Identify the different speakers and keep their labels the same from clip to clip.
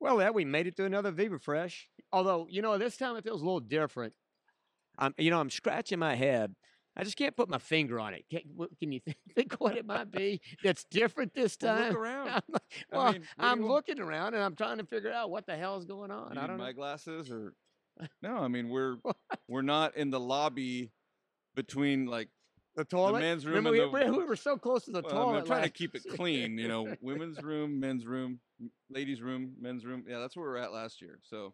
Speaker 1: Well, yeah, we made it to another Viva Fresh. Although, you know, this time it feels a little different. I'm, you know, I'm scratching my head. I just can't put my finger on it. Can, what- can you think, think what it might be that's different this
Speaker 2: Well,
Speaker 1: time?
Speaker 2: look around.
Speaker 1: I'm, like-
Speaker 2: I
Speaker 1: well,
Speaker 2: mean, what do
Speaker 1: I'm
Speaker 2: you want?
Speaker 1: looking around and I'm trying to figure out what the hell's going on.
Speaker 2: You
Speaker 1: I
Speaker 2: need
Speaker 1: don't
Speaker 2: my
Speaker 1: know.
Speaker 2: glasses or no? I mean, we're we're not in the lobby between like
Speaker 1: The toilet.
Speaker 2: men's room
Speaker 1: Remember
Speaker 2: and
Speaker 1: we,
Speaker 2: the-
Speaker 1: we were so close to the
Speaker 2: well, I mean,
Speaker 1: toilet.
Speaker 2: I'm trying to
Speaker 1: last-
Speaker 2: keep it clean. You know, women's room, men's room, m- ladies' room, men's room. Yeah, that's where we we're at last year. So,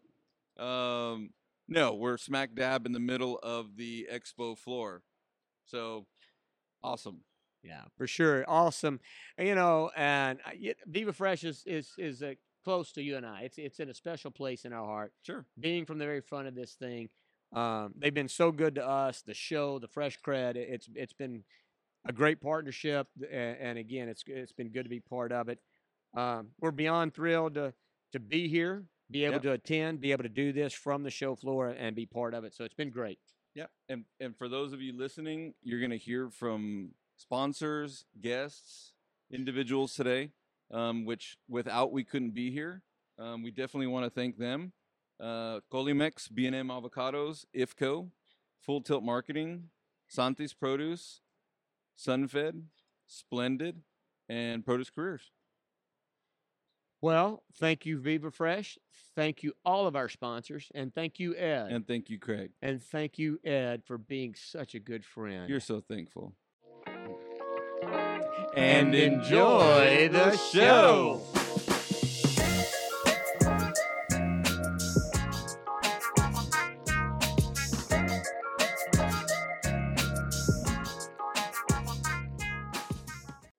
Speaker 2: um, no, we're smack dab in the middle of the expo floor. So, awesome.
Speaker 1: Yeah, for sure. Awesome. You know, and uh, y- Viva Fresh is is is uh, close to you and I. It's it's in a special place in our heart.
Speaker 2: Sure.
Speaker 1: Being from the very front of this thing, um, they've been so good to us. The show, the Fresh Cred, it- it's it's been a great partnership, th- a- and, again, it's it's been good to be part of it. Um, we're beyond thrilled to to be here, be able
Speaker 2: Yep.
Speaker 1: to attend, be able to do this from the show floor, and be part of it. So it's been great.
Speaker 2: Yeah, and and for those of you listening, you're going to hear from sponsors, guests, individuals today, um, which without we couldn't be here. Um, we definitely want to thank them, uh, Colimex, B&M Avocados, IFCO, Full Tilt Marketing, Santis Produce, Sunfed, Splendid, and Produce Careers.
Speaker 1: Well, thank you, Viva Fresh. Thank you, all of our sponsors, and thank you, Ed.
Speaker 2: And thank you, Craig.
Speaker 1: And thank you, Ed, for being such a good friend.
Speaker 2: You're so thankful.
Speaker 1: And enjoy the show.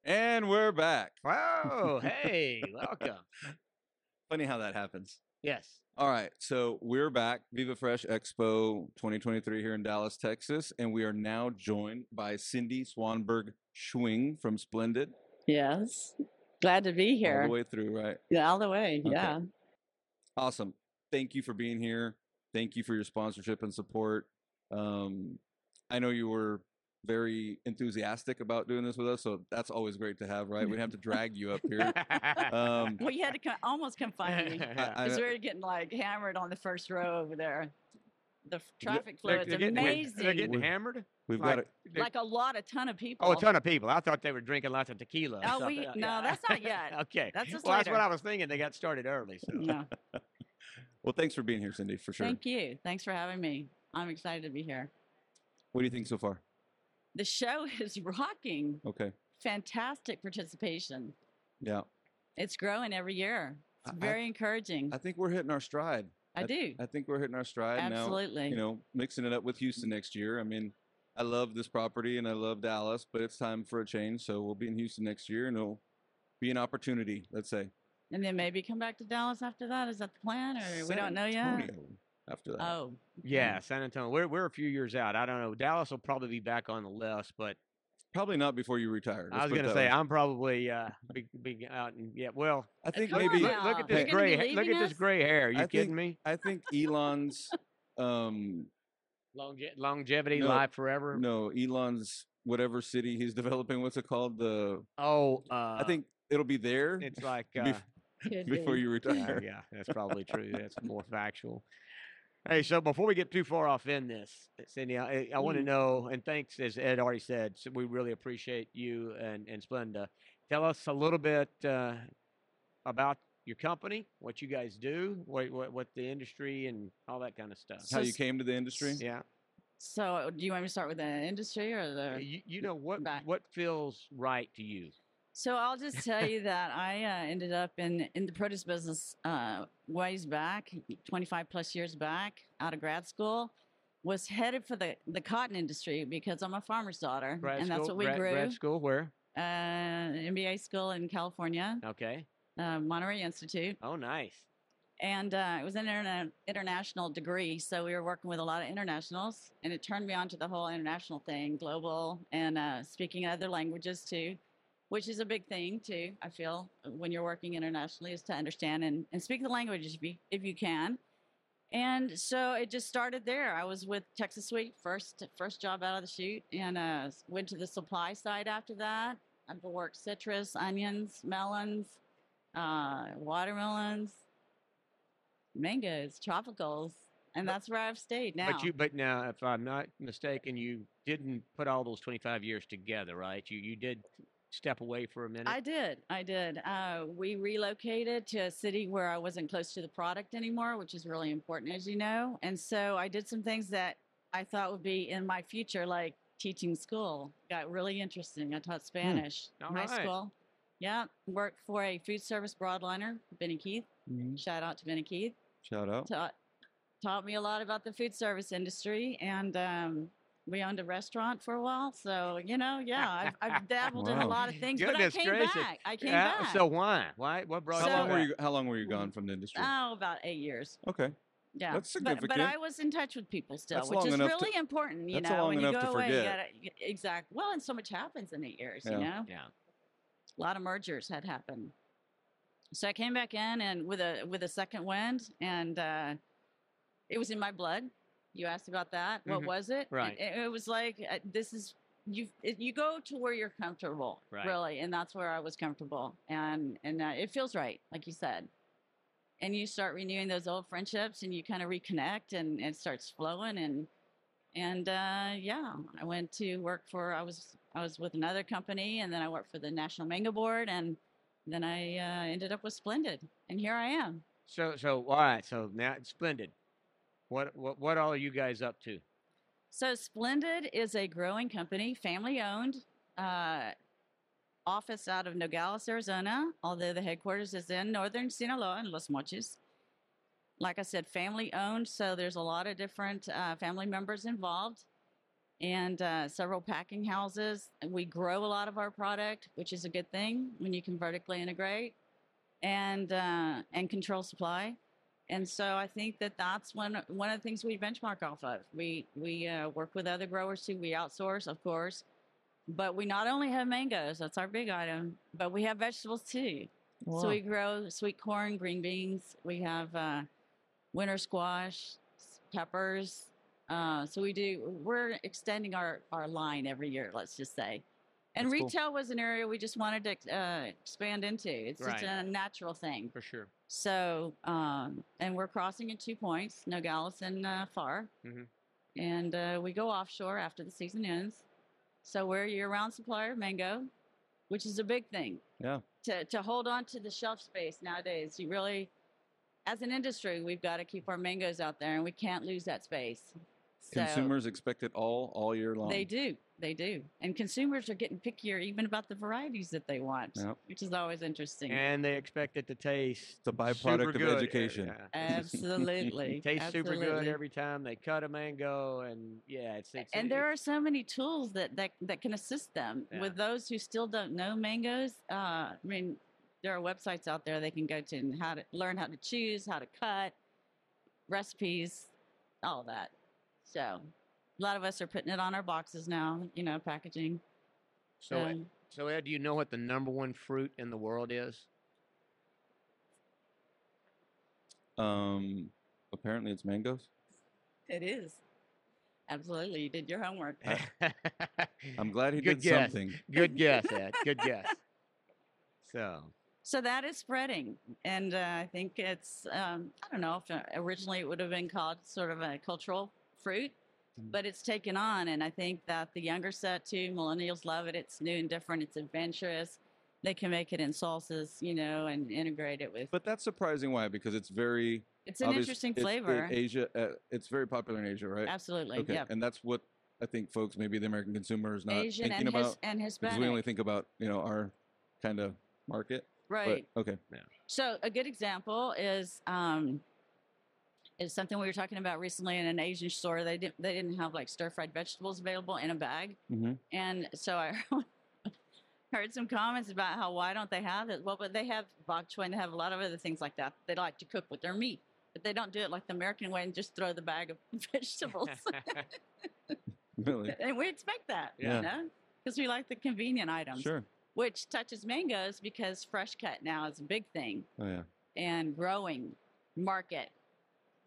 Speaker 2: And we're back.
Speaker 1: Wow. hey, welcome.
Speaker 2: Funny how that happens.
Speaker 1: Yes.
Speaker 2: All right, so we're back, Viva Fresh Expo 2023 here in Dallas, Texas, and we are now joined by Cindy Swanberg Schwing from Splendid.
Speaker 3: Yes. Glad to be
Speaker 2: All
Speaker 3: here.
Speaker 2: the way through, right?
Speaker 3: Yeah, all the way.
Speaker 2: Okay.
Speaker 3: Yeah.
Speaker 2: Awesome. Thank you for being here. Thank you for your sponsorship and support. Um, I know you were very enthusiastic about doing this with us, so that's always great to have, right? We didn't have to drag you up here. Um,
Speaker 3: Well, you had to co- almost come find me
Speaker 2: I- I
Speaker 3: because
Speaker 2: know-
Speaker 3: we were getting like hammered on the first row over there. The f-
Speaker 2: They're-
Speaker 3: traffic flow
Speaker 1: They're-
Speaker 3: is
Speaker 1: they're getting- they're-
Speaker 3: amazing.
Speaker 1: They're getting
Speaker 2: We've-
Speaker 1: hammered.
Speaker 2: we've
Speaker 1: Like-
Speaker 2: got it.
Speaker 1: they-
Speaker 3: like a lot, a ton of people.
Speaker 1: oh, a ton of people. I thought they were drinking lots of tequila. or
Speaker 3: Oh,
Speaker 1: something.
Speaker 3: we-
Speaker 1: Uh,
Speaker 3: no, that's not yet.
Speaker 1: okay.
Speaker 3: That's just
Speaker 1: well, that's what
Speaker 3: later.
Speaker 1: I was thinking. They got started early.
Speaker 2: Mm.
Speaker 1: So.
Speaker 3: Yeah.
Speaker 2: Well, thanks for being here, Cindy, for sure.
Speaker 3: Thank you. Thanks for having me. I'm excited to be here.
Speaker 2: What do you think so far?
Speaker 3: The show is rocking.
Speaker 2: Okay.
Speaker 3: Fantastic participation.
Speaker 2: Yeah.
Speaker 3: It's growing every year.
Speaker 2: I-
Speaker 3: It's
Speaker 2: I-
Speaker 3: very encouraging.
Speaker 2: I think we're hitting our stride.
Speaker 3: I, do.
Speaker 2: I think we're hitting our stride now.
Speaker 3: Absolutely.
Speaker 2: you know, mixing it up with Houston next year. I mean, I love this property and I love Dallas, but it's time for a change. So we'll be in Houston next year and it'll be an opportunity, let's say.
Speaker 3: and then maybe come back to Dallas after that. Is that the plan? Or we
Speaker 2: San
Speaker 3: don't know yet.
Speaker 2: Antonio After that.
Speaker 3: Oh,
Speaker 1: Yeah, San Antonio. We're, we're a few years out. I don't know. Dallas will probably be back on the list, but
Speaker 2: Probably not before you retire.
Speaker 1: I was
Speaker 2: going
Speaker 1: going to say, I'm probably uh, be, be out. And, yeah, well,
Speaker 2: I think
Speaker 3: Come on
Speaker 2: maybe,
Speaker 1: look, look
Speaker 3: now.
Speaker 1: at this
Speaker 2: You're
Speaker 3: gonna be
Speaker 1: gray. Look at
Speaker 3: leaving
Speaker 1: this
Speaker 3: us?
Speaker 1: gray hair. Are you
Speaker 2: I
Speaker 1: kidding
Speaker 2: think-
Speaker 1: me?
Speaker 2: I think Elon's, um,
Speaker 1: Longe- longevity,
Speaker 2: No,
Speaker 1: life forever.
Speaker 2: no, Elon's whatever city he's developing, what's it called? The,
Speaker 1: Oh, uh,
Speaker 2: I think it'll be there
Speaker 1: it's like uh,
Speaker 2: bef- before you
Speaker 1: yeah,
Speaker 2: retire.
Speaker 1: yeah, that's probably true. That's more factual. Hey, so before we get too far off in this, eh, Cindy, I, I want to
Speaker 3: Mm.
Speaker 1: know, and thanks, as Ed already said, so we really appreciate you and, and Splenda. Tell us a little bit uh, about your company, what you guys do, what, what, what the industry, and all that kind of stuff.
Speaker 2: How
Speaker 3: So
Speaker 2: you
Speaker 3: s-
Speaker 2: came to the industry?
Speaker 1: yeah,
Speaker 3: So, do you want me to start with the industry or
Speaker 1: Uh,
Speaker 3: the?
Speaker 1: you, you know what
Speaker 3: back. Mm-hmm,
Speaker 1: what feels right to you.
Speaker 3: So, I'll just tell you that I uh, ended up in in the produce business uh, ways back, 25 plus years back, out of grad school. Was headed for the, the cotton industry because I'm a farmer's daughter,
Speaker 1: Grad
Speaker 3: and that's
Speaker 1: school,
Speaker 3: what we
Speaker 1: grad,
Speaker 3: grew.
Speaker 1: grad school where?
Speaker 3: uh, MBA school in California,
Speaker 1: Okay.
Speaker 3: uh, Monterey Institute.
Speaker 1: Oh, nice.
Speaker 3: and uh, it was an interna- international degree so we were working with a lot of internationals and it turned me on to the whole international thing global and uh, speaking other languages too which is a big thing too i feel uh, when you're working internationally is to understand and, and speak the languages if you, if you can and so it just started there i was with texas sweet first first job out of the chute and uh, s- went to the supply side after that i've worked citrus onions melons uh, watermelons mangoes, tropicals, and
Speaker 1: But-
Speaker 3: that's where I've stayed now.
Speaker 1: But you, but now, if I'm not mistaken, you didn't put all those 25 years together, right? You you did step away for a minute.
Speaker 3: I did. I did. Uh, we relocated to a city where I wasn't close to the product anymore, which is really important, as you know. And so I did some things that I thought would be in my future, like teaching school. Got really interesting. I taught Spanish in
Speaker 1: All
Speaker 3: high
Speaker 1: right.
Speaker 3: school. Yeah, worked for a food service broadliner, Benny Keith.
Speaker 2: Mm-hmm.
Speaker 3: Shout out to Benny Keith
Speaker 2: Shout out.
Speaker 3: taught taught me a lot about the food service industry and um we owned a restaurant for a while so you know yeah i've, I've dabbled in a
Speaker 2: Wow.
Speaker 3: lot of things
Speaker 1: Goodness
Speaker 3: but i came
Speaker 1: gracious.
Speaker 3: back i came
Speaker 1: yeah.
Speaker 3: back
Speaker 1: Uh, So why? Why? What brought
Speaker 2: how
Speaker 1: you
Speaker 2: long were
Speaker 1: back?
Speaker 2: you? How long were you gone from the industry?
Speaker 3: oh about eight years
Speaker 2: okay,
Speaker 3: yeah
Speaker 2: That's
Speaker 3: but, but
Speaker 2: significant.
Speaker 3: i was in touch with people still
Speaker 2: That's long
Speaker 3: which is
Speaker 2: enough to-
Speaker 3: really important you
Speaker 2: that's
Speaker 3: know
Speaker 2: long
Speaker 3: when you go
Speaker 2: enough to
Speaker 3: away you gotta, e,
Speaker 2: forget.
Speaker 3: exact well and so much happens in eight years
Speaker 2: Yeah.
Speaker 3: you know
Speaker 1: Yeah.
Speaker 3: a lot of mergers had happened. So I came back in and with a with a second wind, and uh, it was in my blood. You asked about that. What
Speaker 1: Mhm.
Speaker 3: was it?
Speaker 1: Right.
Speaker 3: It, it was like uh, this is you. It, you go to where you're comfortable,
Speaker 1: Right.
Speaker 3: really, and that's where I was comfortable, and and uh, it feels right, like you said. And you start renewing those old friendships, and you kind of reconnect, and, and it starts flowing, and and uh, yeah, I went to work for I was I was with another company, and then I worked for the National Mango Board, and then I uh, ended up with Splendid, and here I am.
Speaker 1: So so all right. So now it's splendid. What what what all are you guys up to?
Speaker 3: So Splendid is a growing company, family owned, uh, office out of Nogales, Arizona, although the headquarters is in northern Sinaloa and Los Mochis. Like I said, family owned, so there's a lot of different uh, family members involved and uh, several packing houses. And We grow a lot of our product, which is a good thing when you can vertically integrate and, uh, and control supply. And so I think that that's one one of the things we benchmark off of. We we uh, work with other growers too. We outsource, of course, but we not only have mangoes. That's our big item, but we have vegetables too. So we grow sweet corn, green beans. We have uh, winter squash, s- peppers. Uh, so we do. We're extending our our line every year. Let's just say. And
Speaker 2: That's cool.
Speaker 3: retail was an area we just wanted to uh, expand into. It's
Speaker 1: Right.
Speaker 3: just a natural thing.
Speaker 1: For sure.
Speaker 3: So, um, and we're crossing at two points, Nogales and uh, Far.
Speaker 1: Mhm.
Speaker 2: Mm-hmm.
Speaker 3: And uh, we go offshore after the season ends. So we're a year-round supplier of mango, which is a big thing.
Speaker 2: Yeah.
Speaker 3: To, to hold on to the shelf space nowadays, you really, as an industry, we've got to keep our mangoes out there, and we can't lose that space. So
Speaker 2: Consumers expect it all all year long.
Speaker 3: They do, they do, and consumers are getting pickier even about the varieties that they want,
Speaker 2: Yep.
Speaker 3: which is always interesting.
Speaker 1: And they expect it to taste
Speaker 2: It's a
Speaker 1: super
Speaker 2: byproduct of
Speaker 1: good.
Speaker 2: education.
Speaker 1: Yeah.
Speaker 3: Absolutely,
Speaker 1: It tastes super good
Speaker 3: absolutely.
Speaker 1: every time they cut a mango, and yeah, it's, it's
Speaker 3: and there
Speaker 1: it's-
Speaker 3: are so many tools that that, that can assist them
Speaker 1: Yeah.
Speaker 3: with those who still don't know mangoes uh, i mean there are websites out there they can go to and how to learn how to choose how to cut recipes all that so a lot of us are putting it on our boxes now you know packaging
Speaker 1: so Ed-
Speaker 3: Um,
Speaker 1: so Ed, do you know what the number one fruit in the world is?
Speaker 2: Um, apparently it's mangoes.
Speaker 3: it is absolutely you did your homework
Speaker 2: I'm glad he
Speaker 1: Good
Speaker 2: did
Speaker 1: guess.
Speaker 2: something.
Speaker 1: Good guess, Ed. Good guess. So,
Speaker 3: so that is spreading and uh, i think it's um, i don't know if uh, originally it would have been called sort of a cultural fruit
Speaker 2: Mm.
Speaker 3: but it's taken on and i think that the younger set too millennials love it it's new and different it's adventurous they can make it in salsas you know and integrate it with
Speaker 2: But that's surprising. Why? Because it's very
Speaker 3: it's an
Speaker 2: obvious-
Speaker 3: interesting
Speaker 2: it's the
Speaker 3: flavor
Speaker 2: Asia. Uh, it's very popular in Asia, right?
Speaker 3: absolutely
Speaker 2: Okay,
Speaker 3: yeah
Speaker 2: and that's what I think, folks. Maybe the American consumer is not
Speaker 3: asian
Speaker 2: thinking
Speaker 3: and,
Speaker 2: about
Speaker 3: his, and
Speaker 2: because
Speaker 3: hispanic
Speaker 2: we only think about you know our kind of market.
Speaker 3: right
Speaker 2: But, okay.
Speaker 3: So a good example is um, is something we were talking about recently in an Asian store. They didn't they didn't have like stir fried vegetables available in a bag,
Speaker 2: Mhm.
Speaker 3: and so I heard some comments about how why don't they have it? Well, but they have bok choy and they have a lot of other things like that. They like to cook with their meat, but they don't do it like the American way and just throw the bag of vegetables.
Speaker 2: Really?
Speaker 3: and we expect that,
Speaker 2: Yeah.
Speaker 3: you know, because we like the convenient items,
Speaker 2: Sure.
Speaker 3: which touches mangoes because fresh cut now is a big thing
Speaker 2: Oh yeah.
Speaker 3: and growing market,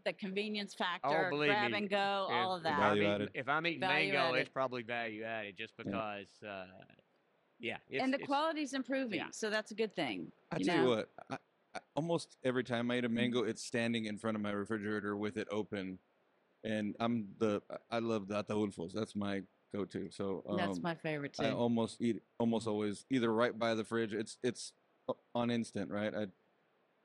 Speaker 3: the convenience factor,
Speaker 1: Oh, believe
Speaker 3: grab
Speaker 1: me,
Speaker 3: and go,
Speaker 1: if-
Speaker 3: all of
Speaker 1: if
Speaker 3: that.
Speaker 1: I'm
Speaker 2: Value
Speaker 1: eating-
Speaker 2: added.
Speaker 1: If I'm eating
Speaker 3: Value
Speaker 1: mango, it's
Speaker 3: added.
Speaker 1: probably value added just because, uh, yeah. It's,
Speaker 3: and the
Speaker 1: it's-
Speaker 3: quality's improving,
Speaker 1: yeah.
Speaker 3: so that's a good thing.
Speaker 2: I
Speaker 3: you
Speaker 2: tell you
Speaker 3: know? Mm-hmm.
Speaker 2: what. I, I, almost every time I eat a mango, it's standing in front of my refrigerator with it open. And I'm the I- I love the ataulfos. That's my go-to. So um,
Speaker 3: That's my favorite too.
Speaker 2: I almost eat almost always either right by the fridge. It's it's o- on instant, right? I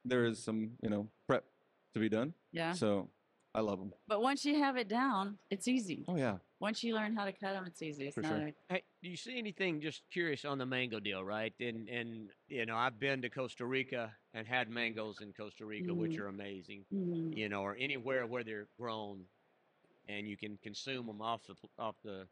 Speaker 2: there is some you know prep to be done.
Speaker 3: yeah.
Speaker 2: So I love them.
Speaker 3: But once you have it down, it's easy.
Speaker 2: Oh yeah,
Speaker 3: Once you learn how to cut them, it's easy. It's
Speaker 2: For
Speaker 3: not
Speaker 2: sure.
Speaker 3: a,
Speaker 1: Hey, do you see anything just curious on the mango deal, right? And and you know, I've been to Costa Rica and had mangoes in Costa Rica, which
Speaker 3: Mhm.
Speaker 1: are amazing.
Speaker 3: Mhm.
Speaker 1: You know, or anywhere where they're grown, and you can consume them off the pl- off the.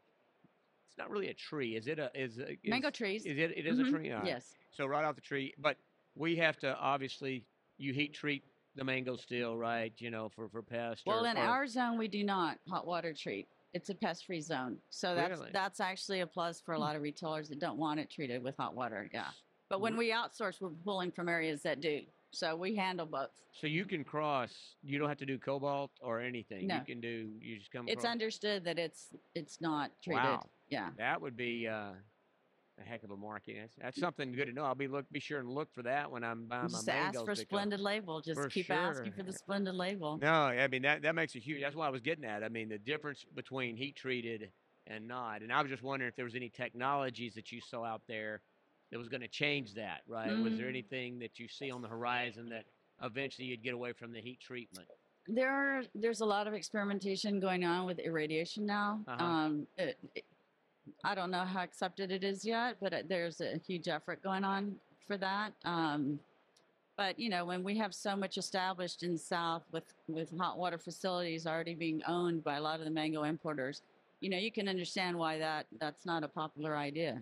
Speaker 1: It's not really a tree, is it? A is, a, is
Speaker 3: mango trees.
Speaker 1: Is it? It is a
Speaker 3: Mhm.
Speaker 1: tree. All right.
Speaker 3: Yes.
Speaker 1: So right off the tree, but we have to obviously you heat treat the mango still, right? You know, for for pests.
Speaker 3: Well,
Speaker 1: or-
Speaker 3: in
Speaker 1: or-
Speaker 3: our zone, we do not hot water treat. It's a pest-free zone, so that's
Speaker 1: Really? Hmm.
Speaker 3: that's actually a plus for a lot of retailers that don't want it treated with hot water. Yeah, but when we outsource, we're pulling from areas that do, so we handle both.
Speaker 1: So you can cross. You don't have to do cobalt or anything. You
Speaker 3: No.
Speaker 1: can do. You just come.
Speaker 3: It's
Speaker 1: across.
Speaker 3: understood that it's it's not treated.
Speaker 1: Wow.
Speaker 3: Yeah.
Speaker 1: That would be uh, a heck of a market. That's, that's something good to know. I'll be look be sure and look for that when I'm buying
Speaker 3: Just
Speaker 1: my
Speaker 3: ask
Speaker 1: mangoes.
Speaker 3: for
Speaker 1: because-
Speaker 3: splendid label. Just
Speaker 1: For
Speaker 3: keep asking
Speaker 1: sure.
Speaker 3: for the splendid label.
Speaker 1: No, I mean that that makes a huge. That's what I was getting at. I mean the difference between heat treated and not. And I was just wondering if there was any technologies that you saw out there that was going to change that. Right? Was there
Speaker 3: Mm.
Speaker 1: anything that you see on the horizon that eventually you'd get away from the heat treatment?
Speaker 3: there are there's a lot of experimentation going on with irradiation now
Speaker 1: Uh-huh.
Speaker 3: um it, it- i don't know how accepted it is yet but it- there's a huge effort going on for that um but you know when we have so much established in the south with with hot water facilities already being owned by a lot of the mango importers you know you can understand why that that's not a popular idea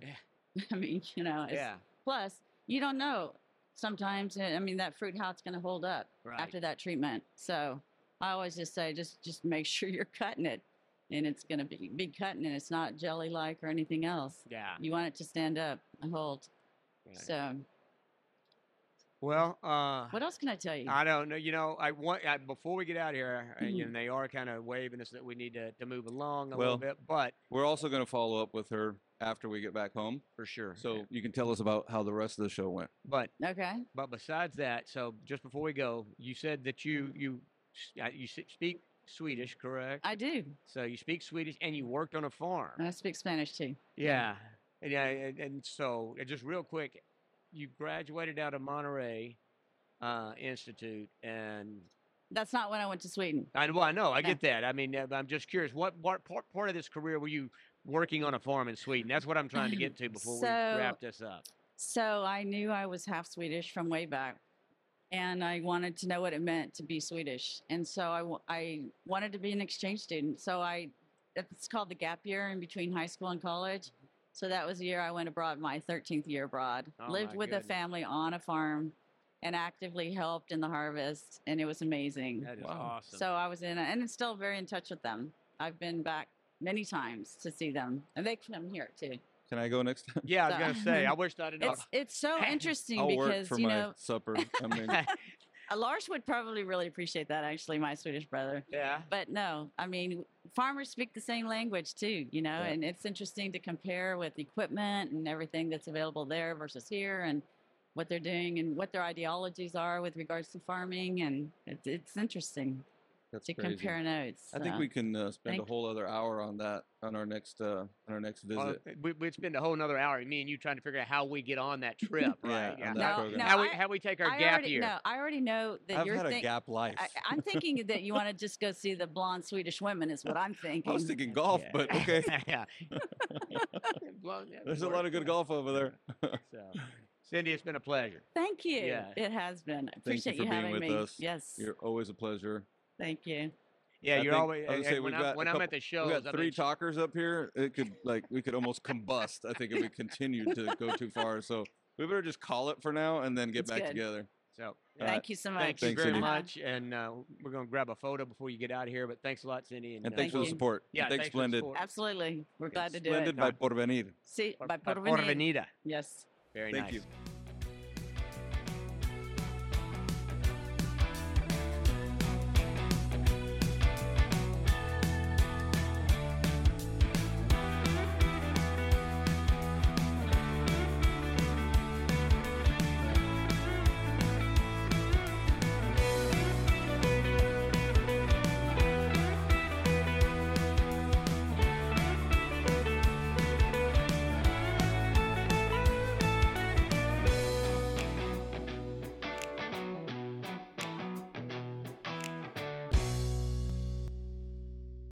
Speaker 3: i mean you know it's,
Speaker 1: yeah.
Speaker 3: plus you don't know sometimes i mean that fruit how it's going to hold up
Speaker 1: Right.
Speaker 3: after that treatment. So I always just say, just just make sure you're cutting it, and it's going to be be cutting, and it's not jelly like or anything else.
Speaker 1: yeah.
Speaker 3: You want it to stand up and hold.
Speaker 1: right.
Speaker 3: So
Speaker 1: well, uh,
Speaker 3: what else can I tell you?
Speaker 1: I don't know. You know, I want I, before we get out here, uh, you
Speaker 3: Mhm.
Speaker 1: know, they are kind of waving us that we need to, to move along a little
Speaker 2: Well,
Speaker 1: bit, but
Speaker 2: we're also going to follow up with her after we get back home,
Speaker 1: for sure.
Speaker 2: so you can tell us about how the rest of the show went.
Speaker 1: but
Speaker 3: okay.
Speaker 1: but besides that, so just before we go, you said that you you s- uh, you s- speak Swedish, correct?
Speaker 3: I Uh, do.
Speaker 1: so you speak Swedish, and you worked on a farm.
Speaker 3: And I speak Spanish too.
Speaker 1: yeah, and, yeah, and, and so uh, just real quick, you graduated out of Monterey uh, Institute, and
Speaker 3: That's not when I went to Sweden.
Speaker 1: I well, I know, I
Speaker 3: Yeah.
Speaker 1: get that. I mean, uh, but I'm just curious, what part, part part of this career were you working on a farm in Sweden? That's what I'm trying to get to before we
Speaker 3: So-
Speaker 1: wrap this up.
Speaker 3: So I knew I was half Swedish from way back, and I wanted to know what it meant to be Swedish. And so I, wa- I wanted to be an exchange student. So I, it's called the gap year in between high school and college. So that was the year I went abroad, my 13th year abroad.
Speaker 1: Oh,
Speaker 3: Lived
Speaker 1: my
Speaker 3: with
Speaker 1: goodness.
Speaker 3: a family on a farm and actively helped in the harvest, and it was amazing.
Speaker 1: That is
Speaker 2: Wow.
Speaker 1: awesome.
Speaker 3: So I was in, a, and I'm still very in touch with them. I've been back many times to see them, and they come here too.
Speaker 2: Can I go next time?
Speaker 1: yeah, I was
Speaker 3: so-
Speaker 1: gonna say, I wish I'd known.
Speaker 3: It's it's so interesting
Speaker 2: I'll work
Speaker 3: because
Speaker 2: for
Speaker 3: you
Speaker 2: my
Speaker 3: know
Speaker 2: supper. I mean,
Speaker 3: Uh, Lars would probably really appreciate that, actually, my Swedish brother.
Speaker 1: yeah.
Speaker 3: But no, I mean, farmers speak the same language too, you know,
Speaker 2: Yeah.
Speaker 3: and it's interesting to compare with equipment and everything that's available there versus here and what they're doing and what their ideologies are with regards to farming. And it's, it's interesting
Speaker 2: that's
Speaker 3: to
Speaker 2: crazy.
Speaker 3: compare notes.
Speaker 2: I think
Speaker 3: so.
Speaker 2: we can uh, spend a
Speaker 3: thank-
Speaker 2: whole other hour on that on our next uh, on our next visit.
Speaker 1: Well, eh, we, we'd spend a whole another hour, me and you, trying to figure out how we get on that trip, right?
Speaker 2: Yeah, on that
Speaker 3: No,
Speaker 2: program.
Speaker 3: no,
Speaker 1: how we
Speaker 3: I-
Speaker 1: how we take our
Speaker 3: I
Speaker 1: gap
Speaker 3: already,
Speaker 1: year.
Speaker 3: No, I already know that
Speaker 2: I've
Speaker 3: you're
Speaker 2: had a
Speaker 3: thinking.
Speaker 2: gap life.
Speaker 3: I, I'm thinking that you want to just go see the blonde Swedish women, is what I'm thinking.
Speaker 2: I was thinking golf, but okay.
Speaker 1: yeah. Well, yeah,
Speaker 2: There's a
Speaker 1: work,
Speaker 2: lot of good
Speaker 1: yeah.
Speaker 2: golf over there.
Speaker 1: So, Cindy, it's been a pleasure.
Speaker 3: Thank you.
Speaker 1: Yeah.
Speaker 3: It has been. I
Speaker 2: Thank you
Speaker 3: appreciate
Speaker 2: for
Speaker 3: you,
Speaker 2: being
Speaker 3: having
Speaker 2: with
Speaker 3: me.
Speaker 2: us.
Speaker 3: Yes.
Speaker 2: You're always a pleasure.
Speaker 3: Thank you.
Speaker 1: Yeah,
Speaker 2: I
Speaker 1: you're
Speaker 2: think-
Speaker 1: always.
Speaker 2: I would say
Speaker 1: and when
Speaker 2: we've
Speaker 1: I'm,
Speaker 2: got
Speaker 1: when
Speaker 2: a
Speaker 1: I'm at
Speaker 2: couple-
Speaker 1: the shows,
Speaker 2: we got
Speaker 1: I
Speaker 2: three
Speaker 1: mean,
Speaker 2: talkers up here. It could like we could almost combust. I think if we continued to go too far. So we better just call it for now and then get
Speaker 3: It's
Speaker 2: back
Speaker 3: good.
Speaker 2: together.
Speaker 1: so
Speaker 2: All right.
Speaker 3: Thank you so much.
Speaker 1: thank you
Speaker 2: Uh, Thanks,
Speaker 1: very
Speaker 2: Cindy.
Speaker 1: much, and uh, we're gonna grab a photo before you get out of here. But thanks a lot, Cindy, and,
Speaker 2: And
Speaker 1: uh,
Speaker 2: thanks for the
Speaker 3: you.
Speaker 2: support.
Speaker 1: Yeah,
Speaker 2: and thanks,
Speaker 1: thanks for the
Speaker 2: Splendid.
Speaker 1: support.
Speaker 3: Absolutely. We're glad to do
Speaker 2: Splendid
Speaker 3: it.
Speaker 2: by Porvenir.
Speaker 3: See, by
Speaker 1: Por-
Speaker 3: Porvenir.
Speaker 1: Porvenida.
Speaker 3: Yes.
Speaker 1: Very
Speaker 2: Thank
Speaker 1: nice.
Speaker 2: you.